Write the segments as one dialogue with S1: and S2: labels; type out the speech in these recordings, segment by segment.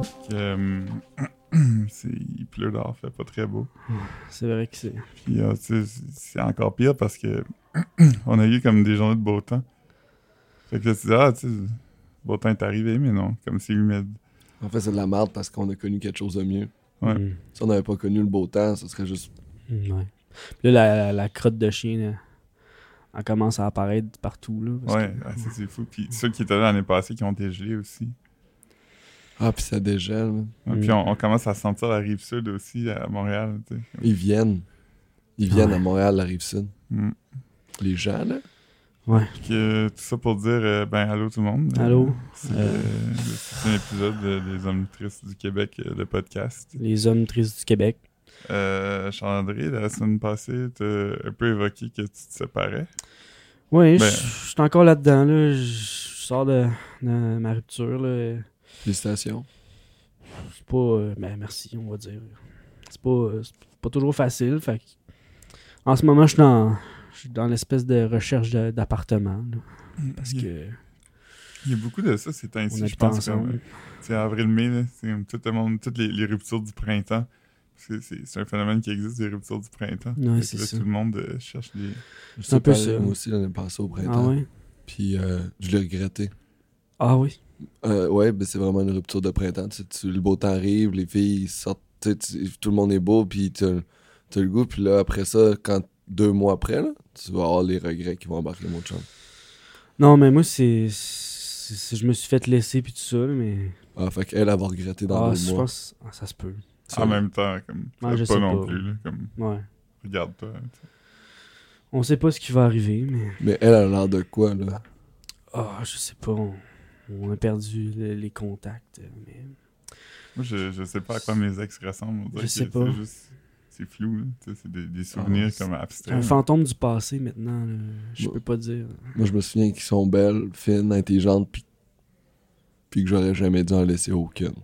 S1: que. Euh, c'est- il pleut dehors, fait pas très beau.
S2: C'est vrai que c'est.
S1: Puis, euh, tu sais, c'est c'est encore pire parce que on a eu comme des journées de beau temps. Fait que là, tu dis, ah, tu sais, le beau temps est arrivé, mais non, comme c'est humide.
S3: En fait, c'est de la merde parce qu'on a connu quelque chose de mieux.
S1: Ouais.
S2: Mm.
S3: Si on n'avait pas connu le beau temps, ce serait juste.
S2: Mm, ouais. Puis là, la, la- la crotte de chien, là, elle commence à apparaître partout. Là, parce
S1: Ouais, ah, ça, c'est fou. Puis ceux qui étaient là l'année passée qui ont dégelé aussi.
S3: Ah, puis ça dégèle. man.
S1: Ouais,
S2: Mm.
S1: Puis on, on commence à sentir la rive sud aussi à Montréal. tu sais.
S3: Ils viennent. Ils viennent
S2: Ouais.
S3: à Montréal, la rive sud.
S1: Mm.
S3: Les gens, là.
S1: Fait que, tout ça pour dire, euh, ben, allô tout le monde.
S2: que- Allô?
S1: C'est
S2: Euh.
S1: euh, le septième épisode de- des Omnitrices du Québec, euh, le podcast.
S2: Les hommes tristes du Québec.
S1: Euh, Charles-André, la semaine passée, t'as un peu évoqué que tu te séparais.
S2: Oui,
S1: Ben-
S2: je je suis encore là-dedans. Là. Je je sors de, de ma rupture. Là.
S3: Félicitations.
S2: C'est pas. euh, ben, merci, on va dire. C'est pas, euh, c'est pas toujours facile. Fait que- En ce moment, je suis dans, je suis dans l'espèce de recherche de- d'appartement. là, Parce
S1: Il y a-
S2: que
S1: Il y a beaucoup de ça ces
S2: on
S1: temps-ci, je
S2: habite
S1: pense. comme,
S2: ensemble.
S1: euh, C'est avril-mai, là, c'est comme tout le monde, toutes les, les ruptures du printemps. Parce que c'est c'est un phénomène qui existe, les ruptures du printemps.
S2: Ouais,
S1: Fait que
S2: c'est
S1: là,
S2: ça.
S1: Tout le monde euh, cherche des...
S3: C'est
S2: un peu ça.
S3: Moi aussi, l'année passée au
S1: euh,
S2: Ah
S3: printemps.
S2: ouais?
S3: Puis euh, je l'ai regretté.
S2: Ah oui.
S3: Euh, ouais, ben c'est vraiment une rupture de printemps. Tu- tu- le beau temps arrive, les filles sortent, tu sais, tu- tout le monde est beau, puis t'as t'as le goût. Puis là, après ça, quand deux mois après, là, tu vas avoir les regrets qui vont embarquer mon chum.
S2: Non, mais moi, c'est. c'est- c'est- Je me suis fait laisser puis tout ça, là, mais.
S3: Ah, fait qu'elle, elle va regretter dans
S2: ah,
S3: deux
S2: je
S3: mois.
S2: pense. ah, ça se peut.
S3: Ça,
S1: En même temps, comme,
S2: Ouais, je
S1: pas
S2: sais
S1: non
S2: pas.
S1: plus, là, comme,
S2: Ouais.
S1: regarde pas.
S2: On sait pas ce qui va arriver, mais.
S3: Mais elle, elle a l'air de quoi, là?
S2: Ah, je sais pas. On, on a perdu le- les contacts. euh, Mais...
S1: Moi, je, je sais pas à quoi mes ex ressemblent. on dirait
S2: Je sais
S1: que
S2: pas.
S1: C'est juste... C'est flou, là. Tu sais, c'est des, des souvenirs
S3: Ah, c'est-
S1: comme
S2: C'est
S1: abstraits.
S2: un fantôme du passé maintenant. là. Je
S3: Ouais.
S2: peux pas dire.
S3: Moi, je me souviens qu'ils sont belles, fines, intelligentes, puis puis que j'aurais jamais dû en laisser aucune.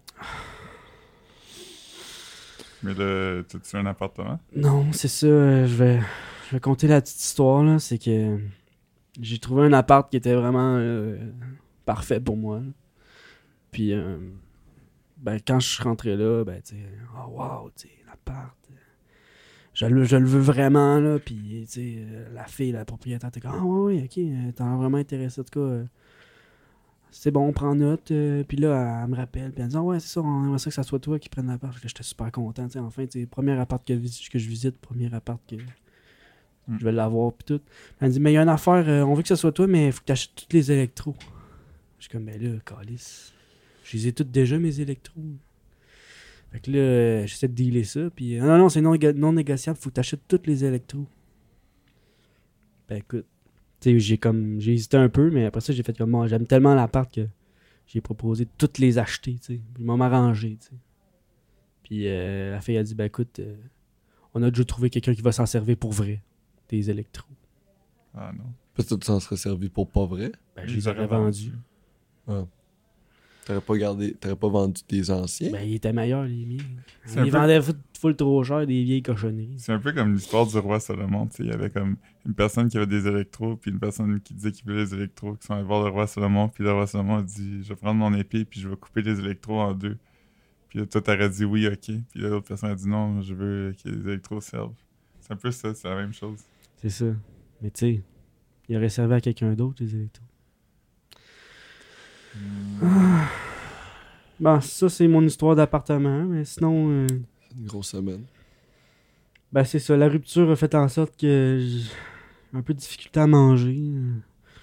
S1: Mais là, t'as-tu un appartement?
S2: Non, c'est ça. euh, Je vais, je vais conter la petite histoire. là. C'est que j'ai trouvé un appart qui était vraiment euh, parfait pour moi. là. Puis, euh, ben, quand je suis rentré là, ben, tu sais, oh wow, tu sais, l'appart. euh, Je le, je le veux vraiment, là. Puis, tu sais, euh, la fille, la propriétaire, t'es comme, ah ouais, ouais, ok, euh, t'as l'air vraiment intéressé, en tout cas. euh, c'est bon, on prend note. euh, puis là, elle, me rappelle. Puis elle me dit Ah ouais, c'est ça, on aimerait ça que ça soit toi qui prenne l'appart. Fait que J'étais super content. tu sais, Enfin, tu sais, premier appart que, vis- que je visite, premier appart que
S1: Mm.
S2: je vais l'avoir. Puis tout. Elle me dit Mais il y a une affaire, euh, on veut que ça soit toi, mais il faut que tu achètes tous les électros. Je suis comme Ben là, calice. Je les ai toutes déjà, mes électros. Fait que là, euh, j'essaie de dealer ça. Puis euh, non, non, c'est non, négo- non négociable, faut que tu achètes tous les électros. Ben écoute. Tu sais, j'ai comme j'ai hésité un peu, mais après ça, j'ai fait comme moi, j'aime tellement l'appart que j'ai proposé de toutes les acheter, tu sais. Ils m'ont arrangé, tu sais. Puis euh, la fille a dit, ben écoute, euh, on a déjà trouvé quelqu'un qui va s'en servir pour vrai, des électros.
S1: Ah non.
S3: Parce que tu t'en serais servi pour pas vrai.
S2: Ben, je les aurais vendus.
S3: T'aurais pas gardé, t'aurais pas vendu tes anciens.
S2: Ben, ils étaient meilleurs, les miens.
S1: C'est un
S2: Ils
S1: peu-
S2: vendaient full, full trop cher des vieilles cochonneries.
S1: C'est un peu comme l'histoire du roi Salomon, tu sais, il y avait comme une personne qui avait des électros, puis une personne qui disait qu'il voulait les électros, qui sont allés voir le roi Salomon, puis le roi Salomon a dit « Je vais prendre mon épée, puis je vais couper les électros en deux. » Puis là, toi, t'aurais dit « Oui, ok. » Puis là, l'autre personne a dit « Non, je veux que les électros servent. » C'est un peu ça, c'est la même chose.
S2: C'est ça. Mais tu sais, ils auraient servi à quelqu'un d'autre, les électros.
S1: Hmm.
S2: Ben, Ah. ça, c'est mon histoire d'appartement, mais sinon... euh,
S3: C'est Une grosse semaine.
S2: Ben c'est ça, la rupture a fait en sorte que j'ai un peu de difficulté à manger.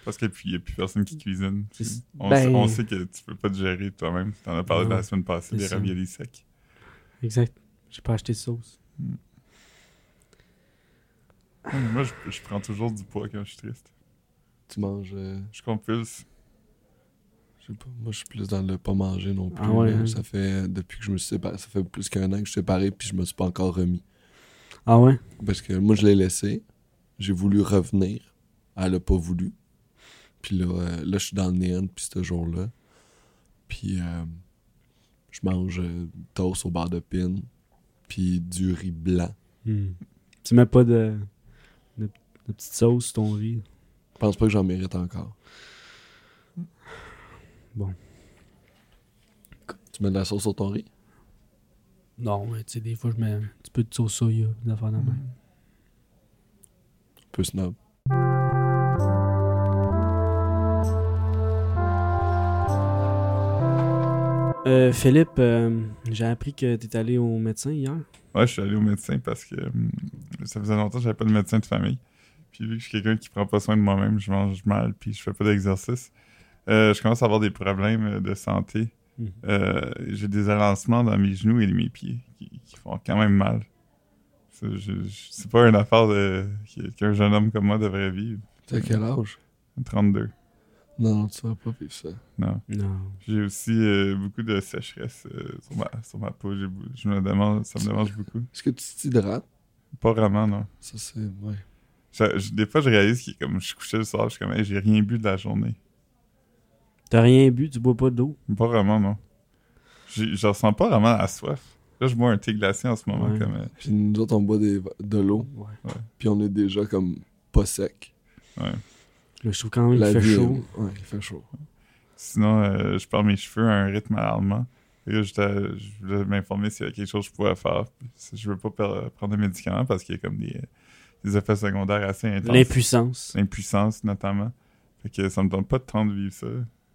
S1: Parce qu'il n'y a plus personne qui cuisine.
S2: C'est-
S1: Puis On,
S2: ben-
S1: sait, on sait que tu peux pas te gérer toi-même. T'en as parlé
S2: Non,
S1: la semaine passée,
S2: c'est
S1: des
S2: ça.
S1: raviolis secs.
S2: Exact. J'ai pas acheté de sauce.
S1: Ouais, mais Moi, je, je prends toujours du poids quand je suis triste.
S3: Tu manges. euh,
S1: Je compulse.
S3: Je sais pas, moi je suis plus dans le pas manger non plus.
S2: Ah ouais,
S3: là.
S2: hein.
S3: Ça fait euh, depuis que je me suis séparé, ça fait plus qu'un an que je suis séparé puis je me suis pas encore remis.
S2: Ah ouais?
S3: Parce que moi je l'ai laissé, j'ai voulu revenir, elle a pas voulu. Puis là, euh, là je suis dans le néant depuis ce jour-là. Puis euh, je mange euh, toast au bar de pin, puis du riz blanc.
S2: Hmm. Tu mets pas de, de, de petite sauce sur ton riz.
S3: Je pense pas que j'en mérite encore.
S2: Bon. Écoute,
S3: Tu mets de la sauce sur ton riz?
S2: Non, mais tu sais, des fois, je mets un petit peu de sauce soya, des affaires de même.
S3: Un peu snob.
S2: Euh, Philippe, euh, j'ai appris que t'es allé au médecin hier.
S1: Ouais, je suis allé au médecin parce que hum, ça faisait longtemps que j'avais pas de médecin de famille. Puis vu que je suis quelqu'un qui prend pas soin de moi-même, je mange mal, puis je fais pas d'exercice, euh, je commence à avoir des problèmes euh, de santé.
S2: Mhm.
S1: Euh, J'ai des avancements dans mes genoux et mes pieds qui, qui font quand même mal. C'est je- je- c'est pas une affaire de- que- qu'un jeune homme comme moi devrait vivre.
S3: T'as quel âge?
S1: 32.
S3: Non, non, tu vas pas vivre ça.
S1: Non.
S2: Non.
S1: J'ai aussi euh, beaucoup de sécheresse euh, sur, ma, sur ma peau. J'ai bou- Je me demande, ça me démange beaucoup.
S3: Est-ce que tu t'hydrates?
S1: Pas vraiment, non.
S3: Ça, c'est... Ouais.
S1: Je- je- des fois, je réalise que comme je suis couché le soir, je suis comme, Hey, j'ai rien bu de la journée.
S2: T'as rien bu, tu bois pas d'eau.
S1: Pas vraiment, non. J'ai- Je ressens pas vraiment la soif. Là, je bois un thé glacé en ce moment.
S2: Ouais.
S1: Comme, euh,
S3: Puis nous autres, on boit des- de l'eau,
S2: Ouais.
S3: puis on est déjà comme pas sec.
S2: Là, je trouve quand même qu'il fait
S3: vie est-
S2: chaud.
S3: Ouais, il fait chaud.
S1: sinon, euh, je perds mes cheveux à un rythme alarmant. Et là, j'étais- je voulais m'informer s'il y a quelque chose que je pouvais faire. Puis, si Je veux pas per- prendre de médicaments parce qu'il y a comme des, des effets secondaires assez intenses.
S2: L'impuissance.
S1: L'impuissance, notamment. Fait que ça me donne pas de temps de vivre ça.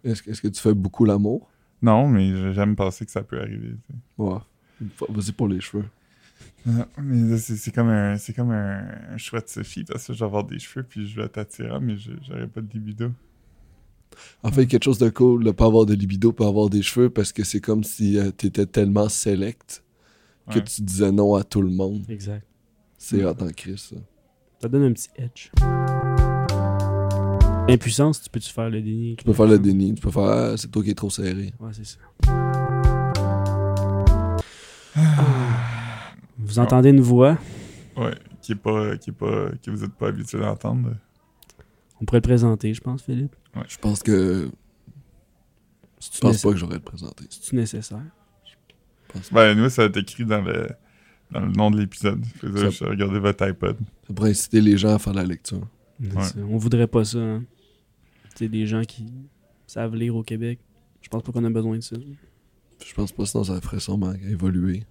S3: Est-ce que, est-ce que tu fais beaucoup l'amour?
S1: Non, mais j'aime penser que ça peut arriver. tu sais.
S3: Ouais. Vas-y pour les cheveux.
S1: Ah, mais là, c'est c'est comme un c'est comme un, un choix de Sophie parce que je vais avoir des cheveux puis je vais être attirant mais je- j'aurai pas de libido.
S3: En fait, quelque chose de cool, de pas avoir de libido, pas avoir des cheveux, parce que c'est comme si euh, t'étais tellement select que
S1: Ouais.
S3: tu disais non à tout le monde.
S2: Exact.
S3: C'est hot en crise, ça.
S2: Ça donne un petit edge. L'impuissance, tu peux-tu faire le déni?
S3: Tu peux faire le déni, tu peux faire ah, c'est toi qui es trop serré.
S2: Ouais, c'est ça. Ah. Vous entendez une voix?
S1: Ouais, qui est pas qui est pas que vous êtes pas habitué d'entendre.
S2: On pourrait le présenter, je pense, Philippe.
S3: Je pense que. Je
S2: C'est-tu,
S3: pense
S2: nécessaire?
S3: pas que j'aurais le présenté.
S2: C'est-tu nécessaire?
S1: Ben nous ça va être écrit dans le dans le nom de l'épisode. Fait que Je
S3: Ça-
S1: regardais votre iPod.
S3: Ça pourrait inciter les gens à faire la lecture.
S2: C'est
S1: Ouais.
S2: ça. On voudrait pas ça. hein. C'est des gens qui savent lire au Québec. Je pense pas qu'on a besoin de ça.
S3: Je pense pas, sinon ça ferait sûrement évoluer.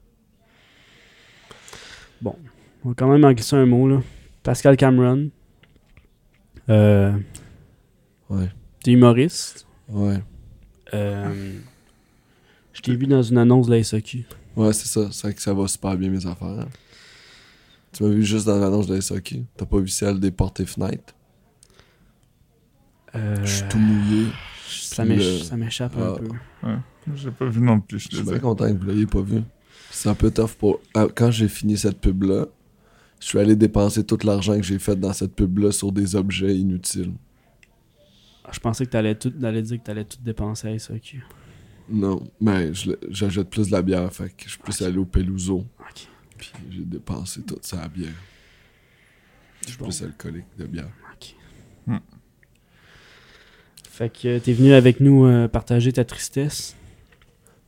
S2: On va quand même en glisser un mot, là. Pascal Cameron. Euh,
S3: Ouais.
S2: T'es humoriste.
S3: Ouais.
S2: Euh, je t'ai vu dans une annonce de la SAQ.
S3: Ouais, c'est ça. C'est vrai que ça va super bien, mes affaires. Tu m'as vu juste dans l'annonce de la SAQ. T'as pas vu celle des portes et fenêtres.
S2: Euh,
S3: Je suis tout mouillé.
S2: ça
S3: puis
S2: m'éch-
S3: le-
S2: ça m'échappe
S3: Ah.
S2: un peu.
S1: J'ai pas vu non plus, je
S3: Je
S1: te
S3: suis
S1: dis.
S3: bien content que vous l'ayez pas vu. C'est un peu tough pour. Ah, Quand j'ai fini cette pub-là, je suis allé dépenser tout l'argent que j'ai fait dans cette pub-là sur des objets inutiles.
S2: Ah, Je pensais que t'allais tout, t'allais dire que t'allais tout dépenser à la SAQ.
S3: Non, mais je le- j'achète plus de la bière, fait que je suis plus allé au Peluso.
S2: Ok.
S3: Puis j'ai dépensé toute sa bière. Je suis
S2: Bon.
S3: plus alcoolique de bière.
S2: Fait que t'es venu avec nous euh, partager ta tristesse.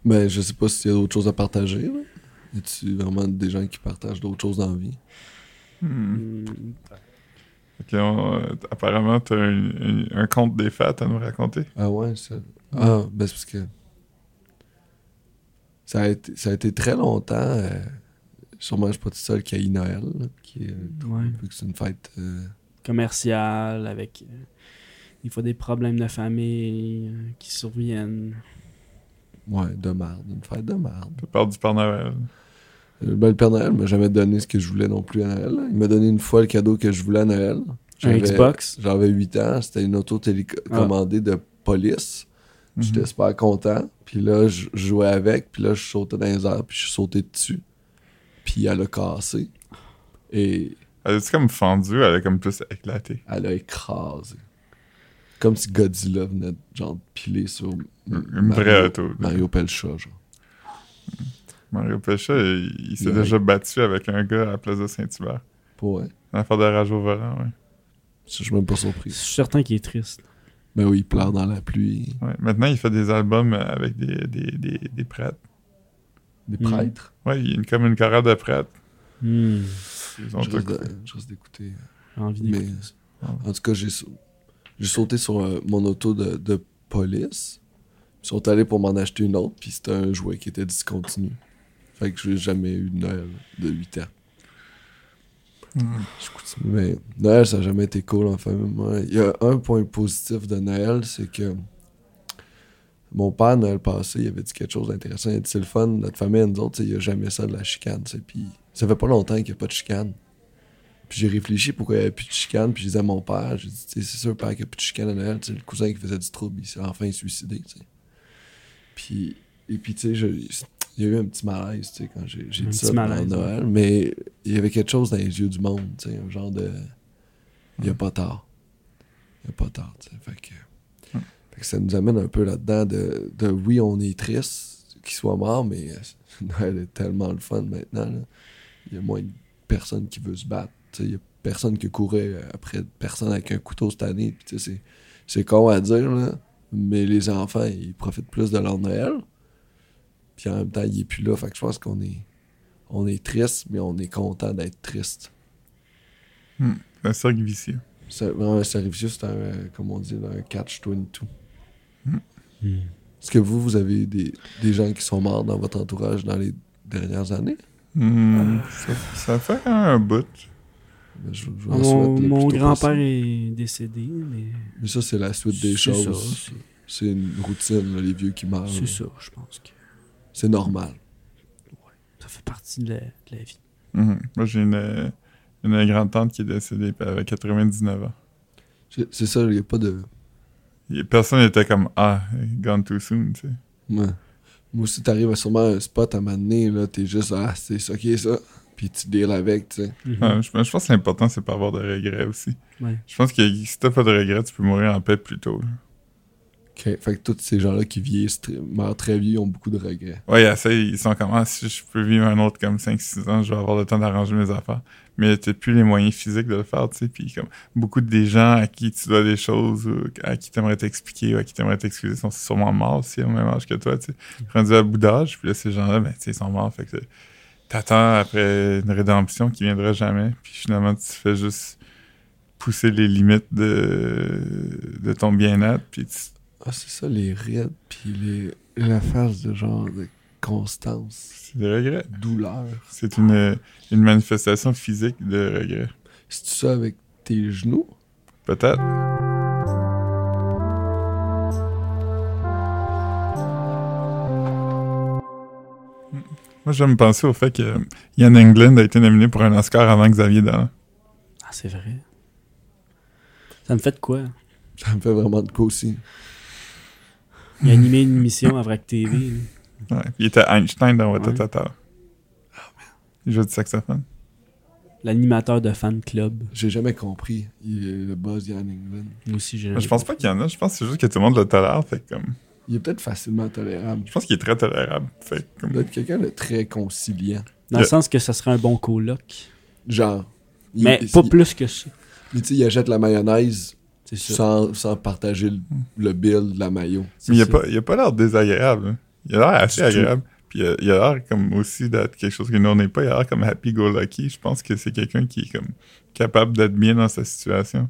S3: Mais Ben, je sais pas s'il y a d'autres choses à partager. Là. Y a-tu vraiment des gens qui partagent d'autres choses dans la vie?
S1: Hmm.
S2: Hmm,
S1: Fait que, on, euh, apparemment t'as un, un, un conte des fêtes à nous raconter.
S3: Ah ouais, ça. Ah, ben c'est parce que. Ça a été, ça a été très longtemps. euh, Sûrement, je suis pas tout seul qui a eu Noël, là, qui, euh,
S2: ouais.
S3: vu que c'est une fête. euh,
S2: Commercial, avec euh, des fois des problèmes de famille euh, qui surviennent.
S3: ouais, de marde. Une fête de marde.
S1: T'as peur du Père Noël.
S3: Euh, Ben, le Père Noël m'a jamais donné ce que je voulais non plus à Noël. là. Il m'a donné une fois le cadeau que je voulais à Noël.
S2: Un
S3: J'avais-
S2: Xbox. Ah.
S3: J'avais 8 ans. C'était une auto télécommandée de police.
S1: Mhm.
S3: J'étais super content. Puis là, je je jouais avec. Puis là, je sautais dans les airs. Puis je suis sauté dessus. Puis elle a cassé. Et
S1: Elle est comme fendue, elle est comme plus éclatée.
S3: elle a écrasé. Comme si Godzilla venait de, genre de piler sur M-
S1: Une vraie auto.
S3: Mario Pelcha, genre.
S1: Mario Pécha, il, il s'est
S3: Il a-
S1: déjà battu avec un gars à la place de Saint-Hubert.
S3: Pas vrai.
S1: Une affaire de rage au volant, ouais.
S3: Je suis même pas
S2: Je
S3: surpris.
S2: suis certain qu'il est triste.
S3: Mais oui, il pleure dans la pluie.
S1: ouais. Maintenant, il fait des albums euh, avec des, des, des, des prêtres.
S3: Des
S2: Mm.
S1: Mhm.
S3: prêtres.
S1: Ouais, il y a une- comme une chorale de prêtres.
S2: Hmm,
S1: Ils ont
S3: Je reste
S1: tout-
S3: de- je reste d'écouter.
S2: J'ai envie
S3: Mais-
S2: d'écouter ça.
S3: En tout cas, j'ai, sau- j'ai sauté sur euh, mon auto de, de police. Ils sont allés pour m'en acheter une autre, puis c'était un jouet qui était discontinu. Fait que j'ai jamais eu de Noël de 8 ans. Mais Noël, ça n'a jamais été cool en famille. Moi, Il y a un point positif de Noël, c'est que mon père, Noël passé, il avait dit quelque chose d'intéressant. Il a dit c'est le fun, notre famille, nous autres, tu sais, il n'y a jamais ça de la chicane. tu sais. Puis ça fait pas longtemps qu'il n'y a pas de chicane. Puis j'ai réfléchi pourquoi il n'y avait plus de chicane. Puis je disais à mon père, j'ai dit Tu sais, c'est sûr, père, qu'il n'y a plus de chicane à Noël. Tu sais, le cousin qui faisait du trouble, il s'est enfin suicidé. tu sais. Puis, et puis, tu sais, je- il y a eu un petit malaise tu sais, quand j'ai j'ai
S2: Un
S3: dit
S2: petit
S3: ça pendant
S2: malaise, ouais.
S3: Noël. Mais il y avait quelque chose dans les yeux du monde, tu sais, un genre de. Il n'y a pas tard. Il n'y a pas tard, tu sais. Fait que. Fait que ça nous amène un peu là-dedans de, de oui, on est triste qu'il soit mort, mais euh, Noël est tellement le fun maintenant. là. Il y a moins de personnes qui veulent se battre. tu sais. Il y a personne qui courait après personne avec un couteau cette année. Puis, tu sais, c'est- C'est con à dire, là, mais les enfants, ils profitent plus de leur Noël. Puis en même temps, il est plus là. Fait que je pense qu'on est, on est triste, mais on est content d'être triste.
S1: C'est un cercle vicieux.
S3: C'est vraiment un service, c'est un, euh, comme on dit, un catch-22.
S2: Hmm.
S3: Est-ce que vous, vous avez eu des, des gens qui sont morts dans votre entourage dans les dernières années?
S1: Hmm, ça, ça fait quand même un bout.
S3: Ben, Je, je vous en
S2: Mon,
S3: souhaite le
S2: mon
S3: plus tôt
S2: grand-père est
S3: possible.
S2: décédé, mais.
S3: Mais ça, c'est la suite des
S2: c'est
S3: choses. Ah.
S2: ça,
S3: C'est une routine, là, les vieux qui meurent.
S2: C'est
S3: là.
S2: c'est ça, je pense que
S3: C'est normal.
S2: ça fait partie de la, de la vie.
S1: Mhm. Moi, j'ai une, une grande-tante qui est décédée, puis elle avait 99 ans.
S3: C'est c'est ça, il n'y a pas de...
S1: Et personne n'était comme Ah, gone too soon, tu sais.
S3: Ouais. Moi aussi, t'arrives à sûrement un spot à un moment donné, là, t'es juste, ah, c'est ça qui est ça. Puis tu deals avec, tu sais.
S2: Mhm. Hmm.
S1: Ouais, je, je pense que l'important, c'est pas avoir de regrets aussi.
S2: Ouais.
S1: Je pense que si t'as pas de regrets, tu peux mourir en paix plus tôt. là.
S3: Ok. Fait que tous ces gens-là qui vieillissent, très- meurent très vieux, ils ont beaucoup de regrets.
S1: Ouais, ils essayent, ils sont comme Ah, si je peux vivre un autre comme 5-6 ans, je vais avoir le temps d'arranger mes affaires. Mais t'as plus les moyens physiques de le faire, tu sais. Puis comme beaucoup des gens à qui tu dois des choses, ou à qui t'aimerais t'expliquer, ou à qui t'aimerais t'excuser, sont sûrement morts aussi, au même âge que toi, tu sais. Rendus à bout d'âge, puis là, ces gens-là, ben, tu sais, ils sont morts. Fait que t'attends après une rédemption qui viendra jamais, puis finalement, tu fais juste pousser les limites de, de ton bien-être, puis tu
S3: Ah, c'est ça, les raids, puis les... la phase de genre de constance,
S1: c'est des regrets.
S3: douleur.
S1: C'est une, une manifestation physique de regret.
S3: C'est ça avec tes genoux?
S1: Peut-être. Moi, j'aime penser au fait que Ian Englund a été nominé pour un Oscar avant Xavier Dolan.
S2: Ah, c'est vrai. Ça me fait de quoi?
S3: Ça me fait vraiment de quoi aussi.
S2: Il a animé une émission à VRAC TV. là.
S1: Ouais, puis il était Einstein dans Watatata. Oh, Il joue du saxophone.
S2: L'animateur de fan club.
S3: J'ai jamais compris il est le buzz Yann England.
S2: Moi aussi, j'ai.
S1: Je pense pas qu'il y en a. Je pense que c'est juste que tout le monde le tolère. Fait que, comme,
S3: Il est peut-être facilement tolérable.
S1: je pense qu'il est très tolérable. Fait que, comme,
S3: Peut-être quelqu'un de très conciliant.
S2: Dans le
S1: Le-
S2: sens que ça serait un bon coloc.
S3: Genre. il-
S2: Mais
S3: il-
S2: pas
S3: il-
S2: plus que ça.
S3: Mais tu sais, il achète la mayonnaise
S2: C'est ça.
S3: sans, sans partager le, le bill de la mayo.
S2: C'est
S1: Mais il a
S2: ça.
S1: pas, il a pas l'air désagréable. hein. Il a l'air assez
S3: Du tout.
S1: agréable. Puis euh, il a- il a l'air comme aussi d'être quelque chose que nous on n'est pas. Il a l'air comme happy go lucky. Je pense que c'est quelqu'un qui est comme capable d'être bien dans sa situation.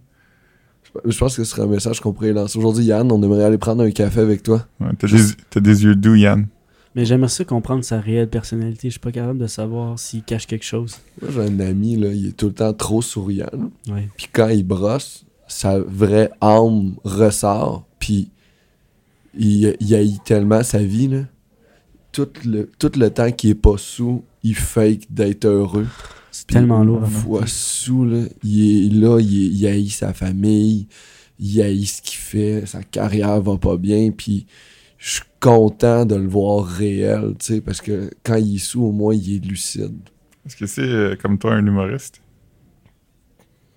S3: Je pense que ce serait un message qu'on pourrait lancer. Aujourd'hui, Yann, on aimerait aller prendre un café avec toi.
S1: Ouais, t'as, des, t'as des yeux doux, Yann.
S2: Mais j'aimerais ça comprendre sa réelle personnalité. Je suis pas capable de savoir s'il cache quelque chose.
S3: Moi, j'ai un ami, là, il est tout le temps trop souriant. là.
S2: Ouais.
S3: Puis quand il brosse, sa vraie âme ressort. Puis il, il haït tellement sa vie, là. Tout le, tout le temps qu'il est pas sous, il fake d'être heureux.
S2: C'est
S3: Puis
S2: tellement
S3: une
S2: lourd. hein.
S3: fois sous, là, il est là, il, est- il haït sa famille, il haït ce qu'il fait, sa carrière va pas bien, puis je suis content de le voir réel, tu sais, parce que quand il est sous, au moins, il est lucide.
S1: Est-ce que c'est euh, comme toi un humoriste?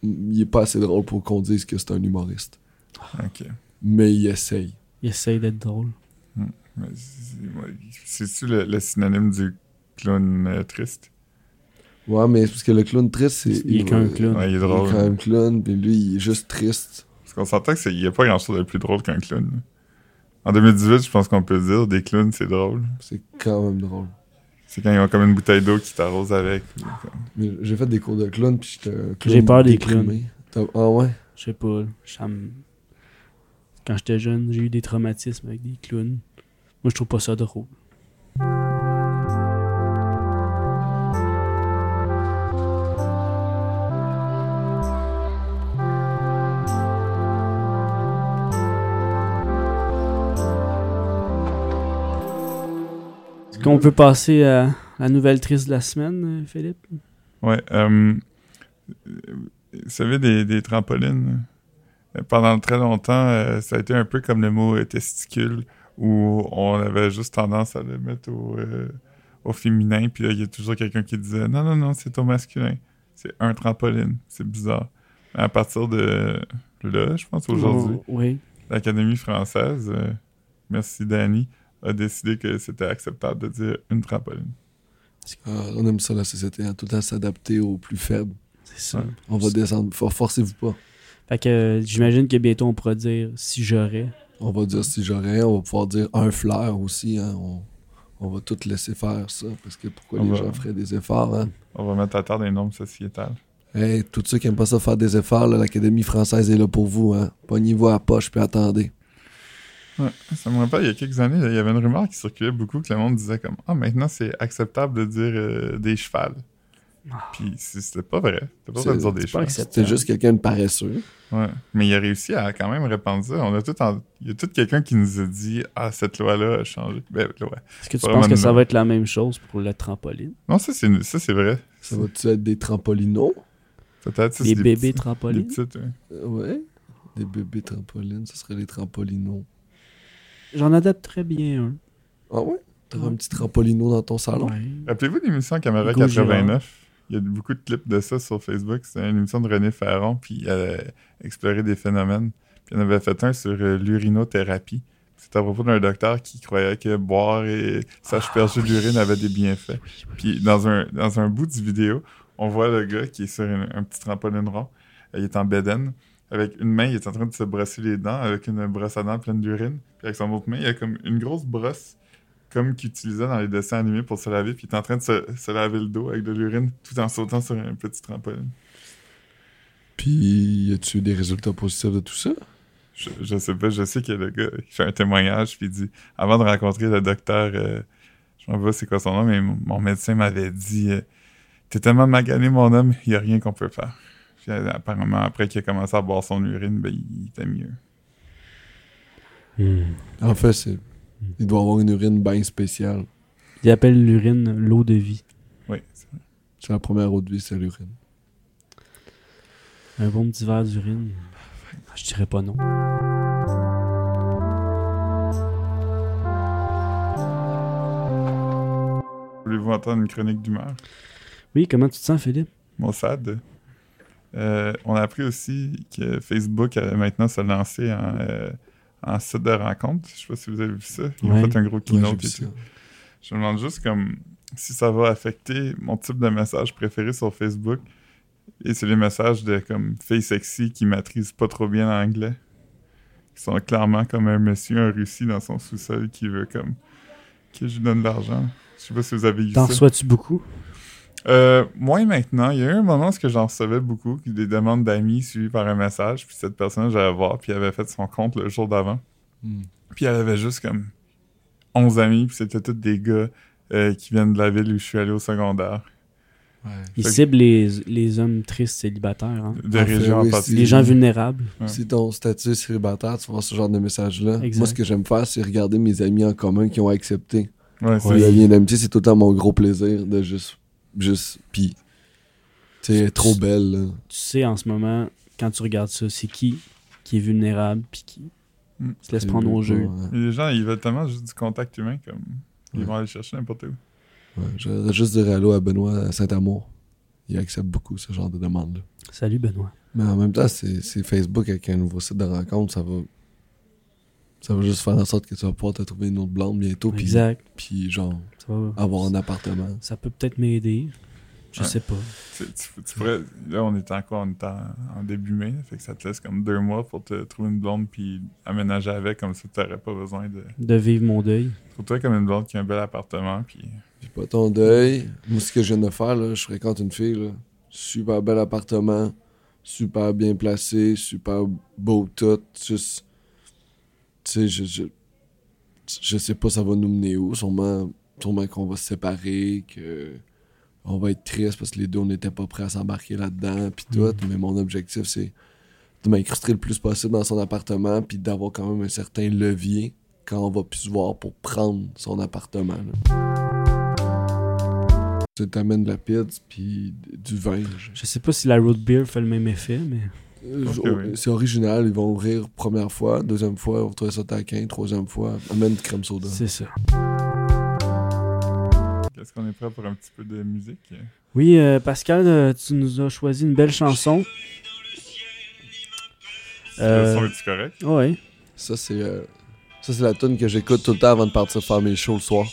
S3: Il est pas assez drôle pour qu'on dise que c'est un humoriste,
S1: Ok.
S3: mais il essaye.
S2: Il essaye d'être drôle.
S1: Mais c'est- ouais, c'est-tu le, le synonyme du clown euh, triste?
S3: Ouais, mais c'est parce que le clown triste, c'est...
S2: Il est qu'un clown.
S1: Ouais, il est
S3: Il est
S1: drôle.
S3: quand même clown, puis lui, il est juste triste.
S1: Parce qu'on s'entend qu'il n'y a pas grand-chose de plus drôle qu'un clown. là. En 2018, je pense qu'on peut dire des clowns, c'est drôle.
S3: C'est quand même drôle.
S1: C'est quand ils ont comme une bouteille d'eau qui t'arrose avec. ou comme-
S3: Mais j'ai fait des cours de clown, puis j'étais un clown
S2: J'ai peur des
S3: déprimé. T'as- Ah ouais?
S2: Je sais pas. là. Ça me- Quand j'étais jeune, j'ai eu des traumatismes avec des clowns. Moi, je trouve pas ça drôle. Est-ce qu'on peut passer à la nouvelle triste de la semaine, euh, Philippe?
S1: Ouais. euh, vous savez, des, des trampolines, euh, pendant très longtemps, euh, ça a été un peu comme le mot euh, testicule, où on avait juste tendance à le mettre au, euh, au féminin, puis là, il y a toujours quelqu'un qui disait Non, non, non, c'est au masculin. C'est un trampoline. C'est bizarre. À partir de là, je pense, aujourd'hui,
S2: Oh, oui.
S1: l'Académie française, euh, merci Danny, a décidé que c'était acceptable de dire une trampoline.
S3: Ah, on aime ça, la société, hein, tout le temps s'adapter aux plus faibles.
S2: C'est ça.
S1: Ouais.
S3: On va descendre. For- Forcez-vous pas.
S2: Fait que euh, j'imagine que bientôt on pourra dire si j'aurais.
S3: On va dire si j'aurais, on va pouvoir dire un flair aussi. hein, on, on va tout laisser faire ça, parce que pourquoi
S1: On
S3: les
S1: va-
S3: gens feraient des efforts? Hein?
S1: On va mettre à terre des normes sociétales.
S3: Hey, tous ceux qui aiment pas ça faire des efforts, là, l'Académie française est là pour vous. Hein? Pognez-vous à la poche, puis attendez.
S1: Ouais, ça me rappelle, il y a quelques années, là, il y avait une rumeur qui circulait beaucoup que le monde disait comme « Ah, maintenant, c'est acceptable de dire euh, des chevals.
S2: Ah.
S1: Puis c'est- c'était pas vrai. C'était pas
S3: C'est-
S1: vrai de dire des
S2: c'est pas
S1: chevals.
S2: acceptable.
S3: C'était juste quelqu'un de paresseux.
S1: Ouais. Mais il a réussi à quand même répandre ça. On a tout en- Il y a tout quelqu'un qui nous a dit « Ah, cette loi-là a changé. » Ben, loi.
S2: Est-ce que tu
S1: Pas
S2: penses que
S1: vraiment.
S2: ça va être la même chose pour le trampoline?
S1: Non, ça, c'est ça, c'est vrai.
S3: Ça va-tu être des trampolinos?
S1: Peut-être ça,
S2: Les
S1: c'est des
S2: bébés
S1: petits- des
S2: trampolines?
S1: petites, ouais.
S3: Euh, ouais. Des bébés trampolines, ce serait les trampolinos.
S2: J'en adapte très bien un.
S3: Ah ouais? T'auras
S2: Ouais.
S3: un petit trampolino dans ton salon?
S2: Ouais.
S1: Rappelez-vous l'émission Caméra
S2: Mm. Hugo Girard.
S1: 89. Il y a beaucoup de clips de ça sur Facebook. C'était une émission de René Ferron, puis il allait explorer des phénomènes. Puis il en avait fait un sur euh, l'urinothérapie. C'était à propos d'un docteur qui croyait que boire et
S2: Ah
S1: s'asperger d'urine avait des bienfaits. Puis dans un, dans un bout du vidéo, on voit le gars qui est sur une- un petit trampoline rond. Euh, Il est en bedaine. Avec une main, il est en train de se brosser les dents avec une brosse à dents pleine d'urine. Puis avec son autre main, il a comme une grosse brosse comme qu'il utilisait dans les dessins animés pour se laver. Puis il est en train de se, se laver le dos avec de l'urine tout en sautant sur un petit trampoline.
S3: Puis, y a-tu eu des résultats positifs de tout ça?
S1: Je, je sais pas, je sais que le gars il fait un témoignage, puis il dit avant de rencontrer le docteur, euh, je ne sais pas c'est quoi son nom, mais mon mon médecin m'avait dit euh, T'es tellement magané, mon homme, il n'y a rien qu'on peut faire. Puis euh, apparemment, après qu'il a commencé à boire son urine, ben, il était mieux.
S2: Hmm.
S3: En fait, c'est... il doit avoir une urine bien spéciale.
S2: Ils appellent l'urine l'eau de vie.
S1: Oui, c'est vrai.
S3: C'est la première eau de vie, c'est l'urine.
S2: Un bon petit verre d'urine. Je dirais pas non.
S1: Voulez-vous entendre une chronique d'humeur
S2: Oui, comment tu te sens, Philippe?
S1: Mossad. Euh, on a appris aussi que Facebook allait maintenant se lancer en, euh, en site de rencontre. Je sais pas si vous avez vu ça. Ils
S2: Ouais.
S1: ont fait un gros
S3: Ouais, j'ai
S1: keynote
S3: vu
S1: et
S3: ça.
S1: tout. Je me demande juste comme si ça va affecter mon type de message préféré sur Facebook. Et c'est les messages de comme filles sexy qui maîtrisent pas trop bien l'anglais. Qui sont clairement comme un monsieur en Russie dans son sous-sol qui veut comme que je lui donne de l'argent. Je sais pas si vous avez vu
S2: T'en
S1: ça.
S2: reçois-tu beaucoup?
S1: Euh, moi maintenant, il y a eu un moment où j'en recevais beaucoup, des demandes d'amis suivies par un message, puis cette personne, j'allais voir, puis elle avait fait son compte le jour d'avant.
S3: Hmm.
S1: Puis elle avait juste comme 11 amis, puis c'était tous des gars euh, qui viennent de la ville où je suis allé au secondaire,
S3: Ouais.
S2: Ils
S1: Fait que-
S2: ciblent les, les hommes tristes célibataires. hein.
S1: de
S3: Ah,
S1: région en
S3: oui, c'est-
S2: Les
S1: particulier.
S2: gens vulnérables.
S1: Ouais.
S3: Si ton statut est célibataire, tu vois ce genre de message-là.
S2: Exact.
S3: Moi, ce que j'aime faire, c'est regarder mes amis en commun qui ont accepté.
S1: Ouais, c'est-
S3: Le lien d'amitié, c'est tout le temps mon gros plaisir de juste. juste pis. Tu sais, elle est trop belle, là.
S2: Tu sais en ce moment, quand tu regardes ça, c'est qui qui est vulnérable puis qui
S1: Mm.
S2: se laisse prendre au jeu.
S3: Ouais,
S1: Les gens, ils veulent tellement juste du contact humain, comme ils
S3: Ouais.
S1: vont aller chercher n'importe où.
S3: ouais. Je voudrais juste dire allô à Benoît à Saint-Amour. Il accepte beaucoup ce genre de demande-là.
S2: Salut Benoît.
S3: Mais en même temps, c'est c'est Facebook avec un nouveau site de rencontre, ça va. Ça va juste faire en sorte que tu vas pouvoir te trouver une autre blonde bientôt. puis-
S2: Exact.
S3: Puis, genre,
S2: Ça, va-
S3: avoir un appartement.
S2: ça peut peut-être m'aider. Je
S1: Ouais.
S2: sais pas.
S1: Tu, tu- tu pourrais- là, on est en quoi? On est en, en début mai, fait que ça te laisse comme deux mois pour te trouver une blonde, puis aménager avec, comme ça, tu n'aurais pas besoin de.
S2: De vivre mon deuil.
S1: Trouve-toi comme une blonde qui a un bel appartement, puis
S3: J'ai pas ton deuil. Moi, ce que je viens de faire, là, je fréquente une fille, là. Super bel appartement, super bien placé, super beau tout. Juste. Tu sais, je, je- je sais pas ça va nous mener où. Sûrement, sûrement qu'on va se séparer, que on va être triste parce que les deux on n'était pas prêts à s'embarquer là-dedans, puis tout. Mais mon objectif c'est de m'incruster le plus possible dans son appartement, puis d'avoir quand même un certain levier quand on va plus se voir pour prendre son appartement. là. Tu t'amènes de la pizza puis du vin. je-
S2: Je sais pas si la root beer fait le même effet, mais.
S3: euh,
S1: Ok,
S3: o-
S1: oui.
S3: C'est original, ils vont ouvrir première fois, deuxième fois, on va trouver ça taquin, troisième fois, amène du crème soda.
S2: C'est ça.
S1: Qu'est-ce qu'on est prêt pour un petit peu de musique?
S2: Oui, euh, Pascal, euh, tu nous as choisi une belle chanson.
S1: Le son
S2: Euh,
S1: est-tu correct?
S2: ouais.
S3: Ça, c'est euh, ça, c'est la tune que j'écoute tout le temps avant de partir faire mes shows le soir.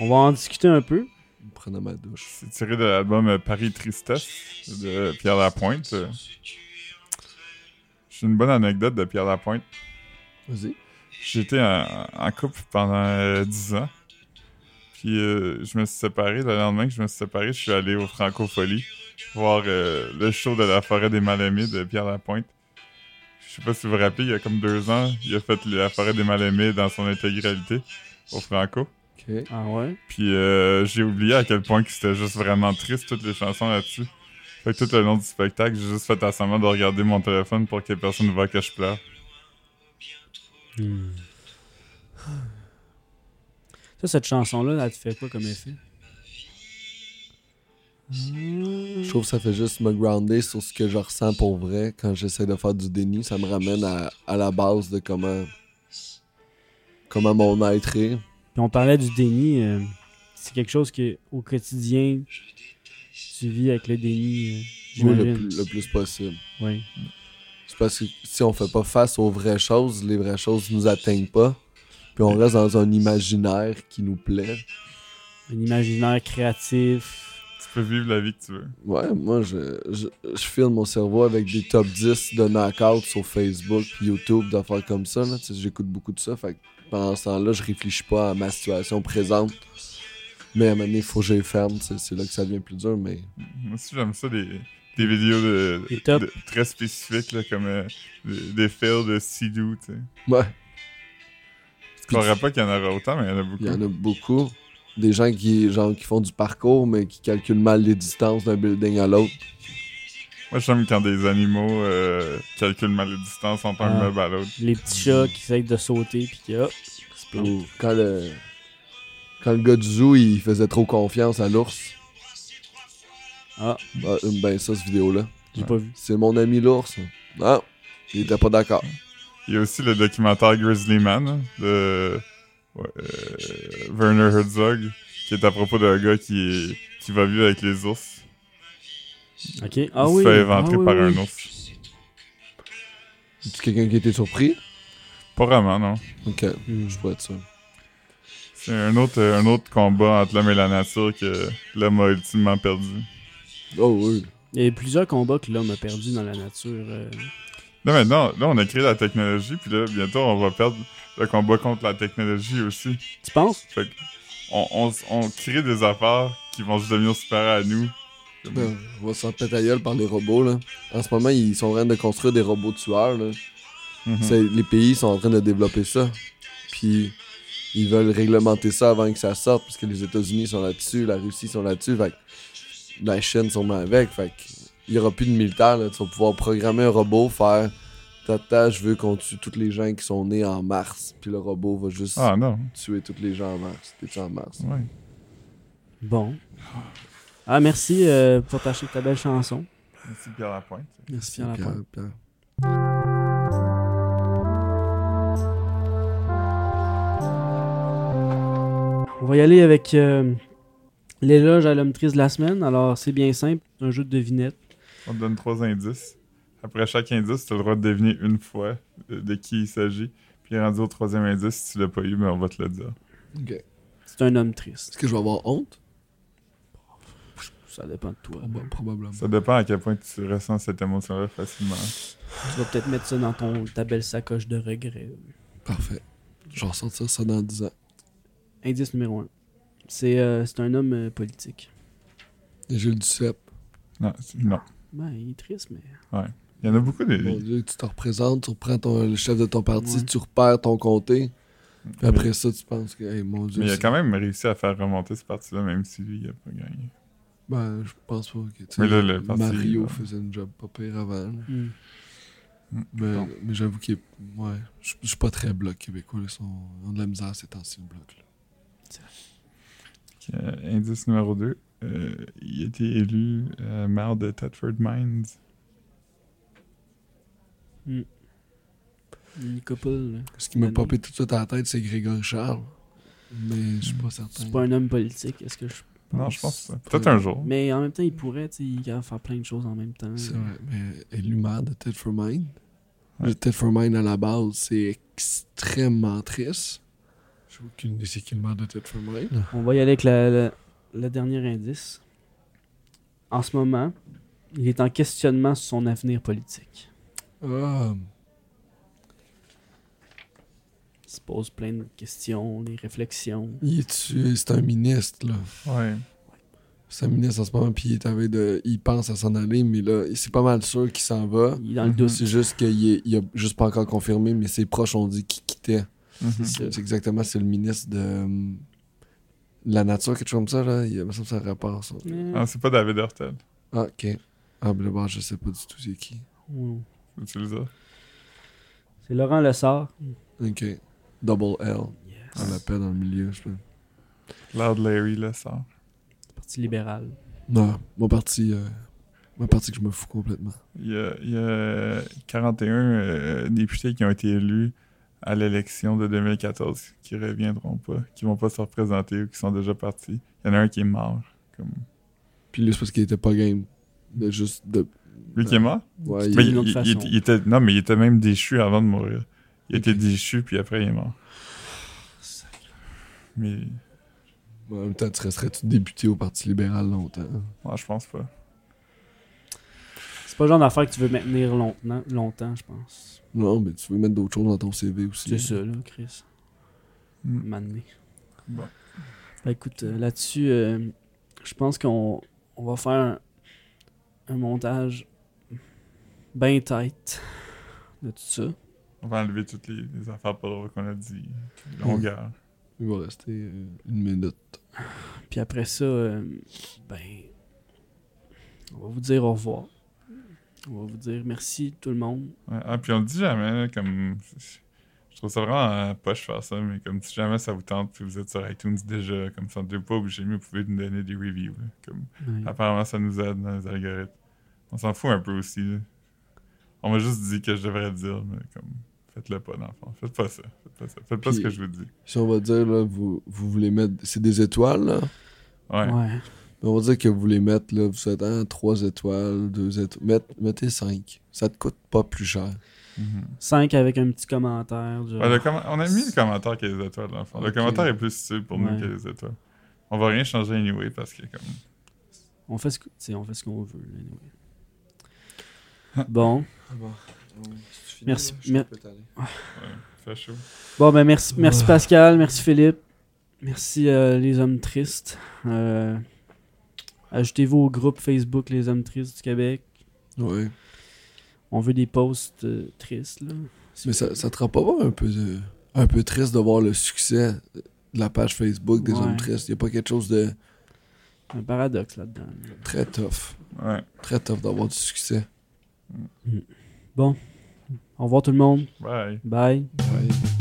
S2: On va en discuter un peu.
S3: En Prenant ma douche.
S1: C'est tiré de l'album euh, Paris Tristesse de Pierre Lapointe. Euh, J'ai une bonne anecdote de Pierre Lapointe.
S3: Vas-y.
S1: J'étais en, en couple pendant euh, 10 ans. Puis euh, je me suis séparé. Le lendemain que je me suis séparé, je suis allé au Francofolie voir euh, le show de la forêt des mal-aimés de Pierre Lapointe. Je sais pas si vous vous rappelez, il y a comme deux ans, il a fait la forêt des mal-aimés dans son intégralité au Franco.
S3: Ok.
S2: Ah ouais?
S1: Puis euh, j'ai oublié à quel point que c'était juste vraiment triste toutes les chansons là-dessus. Fait que tout le long du spectacle, j'ai juste fait semblant de regarder mon téléphone pour que personne ne voit que je pleure.
S2: Ça, cette chanson-là, elle te fait quoi comme effet?
S3: Je trouve que ça fait juste me grounder sur ce que je ressens pour vrai quand j'essaie de faire du déni. Ça me ramène à, à la base de comment, comment mon être est.
S2: Puis on parlait du déni. euh, c'est quelque chose que au quotidien, tu vis avec le déni, euh,
S3: Oui, le,
S2: j'imagine.
S3: plus- le plus possible.
S2: Oui.
S3: C'est parce que si on fait pas face aux vraies choses, les vraies choses nous atteignent pas. Puis on reste dans un imaginaire qui nous plaît.
S2: Un imaginaire créatif.
S1: Tu peux vivre la vie que tu veux.
S3: Ouais, moi, je, je, je filme mon cerveau avec des top 10 de knockout sur Facebook, puis YouTube, d'affaires comme ça. là. Tu sais, J'écoute beaucoup de ça. Fait que pendant ce temps-là, je réfléchis pas à ma situation présente. Mais à un moment donné, il faut que je les ferme. tu sais, C'est là que ça devient plus dur. Mais
S1: Moi aussi, j'aime ça, des, des vidéos de,
S2: Des tops.
S1: de- très spécifiques, là, comme euh, des, des fails de Sidou, tu sais.
S3: ouais,
S1: Je croirais pas qu'il y en aura autant, mais il y en a beaucoup.
S3: il y en a beaucoup. Des gens qui, genre, qui font du parcours, mais qui calculent mal les distances d'un building à l'autre.
S1: Moi, j'aime quand des animaux euh, calculent mal les distances entre un
S2: Ah.
S1: meuble à l'autre.
S2: Les petits chats qui essayent de sauter, puis qui, hop, se plantent.
S3: Ou quand le, quand le gars du zoo, il faisait trop confiance à l'ours.
S2: Ah,
S3: Ah, ben, ça, cette vidéo-là.
S2: j'ai pas vu.
S3: C'est mon ami l'ours. Non, il était pas d'accord.
S1: Il y a aussi le documentaire Grizzly Man hein, de ouais, euh, Werner Herzog, qui est à propos d'un gars qui, qui va vivre avec les ours.
S2: Ok. Ah
S1: il
S2: oui.
S1: se fait éventrer
S2: ah oui,
S1: par
S2: oui.
S1: un ours.
S3: C'est quelqu'un qui était surpris?
S1: Pas vraiment, non.
S3: Ok,
S2: Hmm.
S3: je pourrais être sûr.
S1: C'est un autre, un autre combat entre l'homme et la nature que l'homme a ultimement perdu.
S3: Oh oui.
S2: Il y a plusieurs combats que l'homme a perdu dans la nature. euh,
S1: Là maintenant, là on a créé la technologie, puis là bientôt on va perdre le combat contre la technologie aussi.
S2: Tu penses?
S1: Fait que on, on, s- on crée des affaires qui vont juste devenir supérieures à nous. Comme-
S3: Ben, on va se faire péter la gueule par les robots, là. En ce moment, ils sont en train de construire des robots tueurs, là.
S1: Mhm.
S3: Mm. C'est- Les pays sont en train de développer ça. Puis, ils veulent réglementer ça avant que ça sorte, parce que les États-Unis sont là-dessus, la Russie sont là-dessus, fait que la Chine sont avec, fait que il y aura plus de militaires, là. Tu vas pouvoir programmer un robot, faire... Tata, je veux qu'on tue tous les gens qui sont nés en mars. Puis le robot va juste
S1: Ah non,
S3: tuer tous les gens en mars. T'es-tu en mars?
S1: ouais.
S2: Bon. Ah, merci euh, pour t'acheter ta belle chanson.
S1: Merci Pierre Lapointe.
S2: Merci, Pierre
S3: Pierre,
S2: Lapointe.
S3: Pierre.
S2: On va y aller avec euh, l'éloge à l'homme triste de la semaine. Alors, c'est bien simple, un jeu de devinettes.
S1: On te donne trois indices. Après chaque indice, tu as le droit de deviner une fois de, de qui il s'agit. Puis rendu au troisième indice, si tu l'as pas eu, mais on va te le dire.
S3: Ok.
S2: C'est un homme triste.
S3: Est-ce que je vais avoir honte?
S2: Ça dépend de toi.
S3: Proba- probablement.
S1: Ça dépend à quel point tu ressens cette émotion-là facilement.
S2: Tu vas peut-être mettre ça dans ton, ta belle sacoche de regrets.
S3: Parfait. Je vais ressortir ça dans 10 ans.
S2: Indice numéro 1. C'est euh, c'est un homme euh, politique.
S3: Et Gilles Duceppe.
S1: Non, c'est- non.
S2: Ben, il est triste, mais.
S1: Il y en a beaucoup
S3: Mon
S1: des.
S3: Dieu, tu te représentes, tu reprends ton- le chef de ton parti,
S2: Ouais.
S3: tu repères ton comté. Puis après ça, tu penses que, hey, mon Dieu.
S1: Mais il a
S3: c'est-
S1: quand même réussi à faire remonter ce parti-là, même si lui, il a pas gagné.
S3: Ben, je pense pas que. tu
S1: Mais
S3: sais,
S1: là, le parti, euh,
S3: Mario
S1: là.
S3: faisait une job pas pire avant. là.
S2: Hmm.
S3: Mais,
S1: Bon.
S3: mais j'avoue qu'il est. Ouais, je je suis pas très bloc québécois. là, Ils, sont... ils ont de la misère ces temps-ci, le bloc. là.
S1: Euh, indice numéro 2. il a été élu euh, maire de Thetford Mines.
S2: Nicopole, là.
S3: Ce qui m'a
S2: Ben
S3: popé tout de suite à la tête, c'est Grégory Charles. Mais je suis pas certain.
S2: C'est pas un homme politique, est-ce que je
S1: Non,
S3: Bon,
S1: je pense
S3: c'est
S1: pas.
S3: pas-
S1: Peut-être un jour.
S2: Mais en même temps, il pourrait, tu sais, il va faire plein de choses en même temps.
S3: C'est vrai, mais élu maire de Tedford Mine.
S1: Ouais.
S3: Le Tedford Mine à la base, c'est extrêmement triste. J'ai aucune idée c'est qui le maire de Tedford Mine.
S2: On va y aller avec la- la- le dernier indice. En ce moment, il est en questionnement sur son avenir politique.
S3: Ah,
S2: Il se pose plein de questions, des réflexions.
S3: il est c'est un ministre, là.
S1: Ouais.
S3: C'est un ministre en ce moment, puis il est à veille de. Il pense à s'en aller, mais là, c'est pas mal sûr qu'il s'en va.
S2: Il est dans le
S1: Mhm.
S2: dossier.
S3: C'est juste qu'il est- il a juste pas encore confirmé, mais ses proches ont dit qu'il quittait.
S1: Mhm.
S3: C'est exactement, c'est le ministre de. euh, La nature, quelque chose comme ça, là. Il me semble que c'est un rapport, ça.
S1: Ah, c'est pas David Hurtel.
S3: Ah, ok. Ah, ben là, je sais pas du tout c'est qui.
S2: Oh.
S1: Tu le sais?
S2: C'est Laurent Lessard.
S3: Ok. Double L.
S2: Yes.
S3: On l'appelle dans le milieu, je pense.
S1: Loud Larry, là, ça.
S2: Parti libéral.
S3: Non, mon parti. Euh, mon parti que je me fous complètement.
S1: Il y a, il y a 41 euh, députés qui ont été élus à l'élection de 2014 qui reviendront pas, qui vont pas se représenter ou qui sont déjà partis. Il y en a un qui est mort. Comme...
S3: Puis lui, c'est parce qu'il était pas game. De juste de.
S1: Lui qui est mort?
S3: Ouais,
S1: Mais
S2: d'une
S1: il,
S2: autre
S1: il-
S2: façon.
S1: il était, non, mais il était même déchu avant de mourir. Il
S3: Ok.
S1: était déchu, puis après, il est mort. Mais
S3: il- en même temps, tu resterais-tu débuté au Parti libéral longtemps?
S1: non, je pense pas.
S2: C'est pas le genre d'affaire que tu veux maintenir longtemps, longtemps je pense.
S3: Non, mais tu veux mettre d'autres choses dans ton CV aussi.
S2: C'est ça, là, Chris.
S1: Mm.
S2: Mané.
S1: Bon.
S2: Bah, écoute, euh, là-dessus, euh, je pense qu'on on va faire un, un montage bien tight de tout ça.
S1: On va enlever toutes les, les affaires pas drôles qu'on a dit. Longueur.
S3: Il va rester euh, une minute.
S2: Puis après ça, euh, ben, on va vous dire au revoir. On va vous dire merci tout le monde.
S1: Ouais, ah, puis on le dit jamais, là, comme. Je trouve ça vraiment euh, poche faire ça, mais comme si jamais ça vous tente, puis vous êtes sur iTunes déjà, comme ça, n'êtes pas obligé, mais vous pouvez nous donner des reviews. là, comme, apparemment, ça nous aide dans les algorithmes. On s'en fout un peu aussi. là. On m'a juste dit que je devrais dire, mais comme, faites-le pas, d'enfant. Faites pas ça. Faites pas, ça. Faites pas ce
S3: Puis-
S1: que je vous dis.
S3: Si on va dire, là, vous, vous voulez mettre. C'est des étoiles, là.
S1: Ouais.
S2: Ouais.
S3: Mais on va dire que vous voulez mettre, là, vous êtes hein, 3 étoiles, 2 étoiles. Mette- mettez 5. Ça te coûte pas plus cher.
S1: Mhm.
S2: 5 avec un petit commentaire. genre.
S1: Ouais, le comm- on a mis le commentaire que les étoiles, dans le fond. Le
S3: Ok.
S1: commentaire est plus utile pour nous
S2: Ouais.
S1: que les étoiles. On va rien changer anyway parce que, comme.
S2: On fait ce que- tu sais, on fait ce qu'on veut. là, anyway. Ah bon. Merci. là? Je suis un Mer-
S1: Ouais, fait chaud.
S2: Bon, ben merci, merci Pascal, merci Philippe, merci euh, les hommes tristes. Euh, Ajoutez-vous au groupe Facebook Les Hommes Tristes du Québec.
S3: Ouais.
S2: On veut des posts euh, tristes. Là.
S3: Mais ça, ça te rend pas un peu, de- un peu triste de voir le succès de la page Facebook des
S2: Ouais.
S3: hommes tristes. Il a pas quelque chose de
S2: Un paradoxe là-dedans. là.
S3: très tough.
S1: Ouais.
S3: Très tough d'avoir du succès.
S2: Bon, au revoir tout le monde.
S1: Bye.
S2: Bye.
S3: Ouais.